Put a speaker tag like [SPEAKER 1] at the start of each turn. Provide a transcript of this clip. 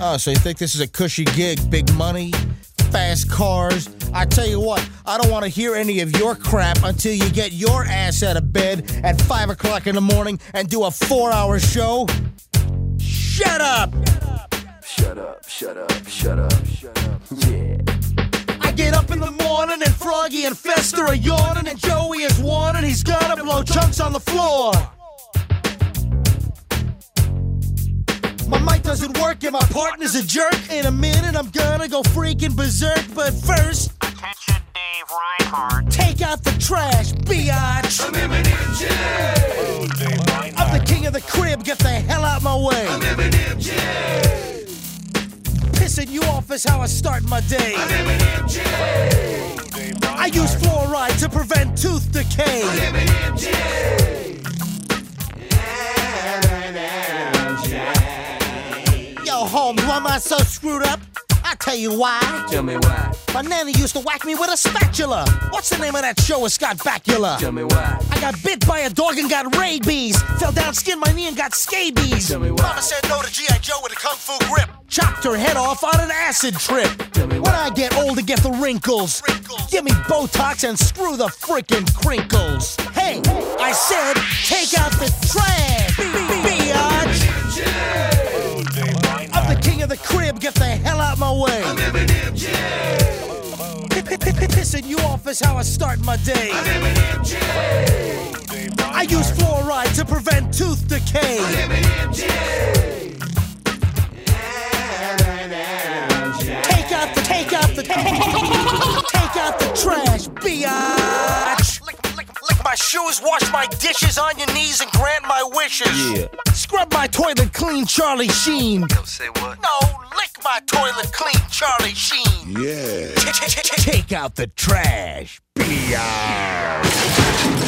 [SPEAKER 1] Oh, so you think this is a cushy gig? Big money, fast cars. I tell you what, I don't want to hear any of your crap until you get your ass out of bed at 5 o'clock in the morning and do a four hour show. Shut up!
[SPEAKER 2] Shut up, shut up, shut up, shut up. Yeah.
[SPEAKER 1] I get up in the morning and Froggy and Fester are yawning and Joey is warning he's gotta blow chunks on the floor. My mic doesn't work and my partner's a jerk. In a minute I'm gonna go freaking berserk, but first,
[SPEAKER 3] Attention, Dave Reinhardt.
[SPEAKER 1] take out the trash, biatch.
[SPEAKER 2] I'm MNMJ.
[SPEAKER 3] Dave Reinhardt.
[SPEAKER 1] I'm the king of the crib, get the hell out my way.
[SPEAKER 2] MNMJ.
[SPEAKER 1] Pissing you off is how I start my day. I use fluoride to prevent tooth decay. Yo, Holmes, why am I so screwed up? I tell you why.
[SPEAKER 2] Tell me why.
[SPEAKER 1] My nanny used to whack me with a spatula. What's the name of that show with Scott Bakula?
[SPEAKER 2] Tell me why.
[SPEAKER 1] I got bit by a dog and got rabies. Fell down, skinned my knee, and got scabies.
[SPEAKER 2] Tell me why.
[SPEAKER 1] Mama said no to G.I. Joe with a kung fu grip. Chopped her head off on an acid trip.
[SPEAKER 2] Tell me
[SPEAKER 1] When
[SPEAKER 2] why.
[SPEAKER 1] I get older, get the wrinkles. Give me Botox and screw the frickin' crinkles. Hey, I said, take out the trash. Biatch. I'm the king of the crib. Get the hell out my way. Pissing you off is how I start my day. I use fluoride to prevent tooth decay. Take out the, take out the, take out the trash, biatch. Lick, lick, lick my shoes, wash my dishes on your knees, and grant my wishes.
[SPEAKER 2] Yeah.
[SPEAKER 1] Scrub my toilet clean, Charlie Sheen.
[SPEAKER 2] Yo, say what?
[SPEAKER 1] No, lick my toilet clean, Charlie Sheen.
[SPEAKER 4] Yeah.
[SPEAKER 1] Take out the trash, biatch.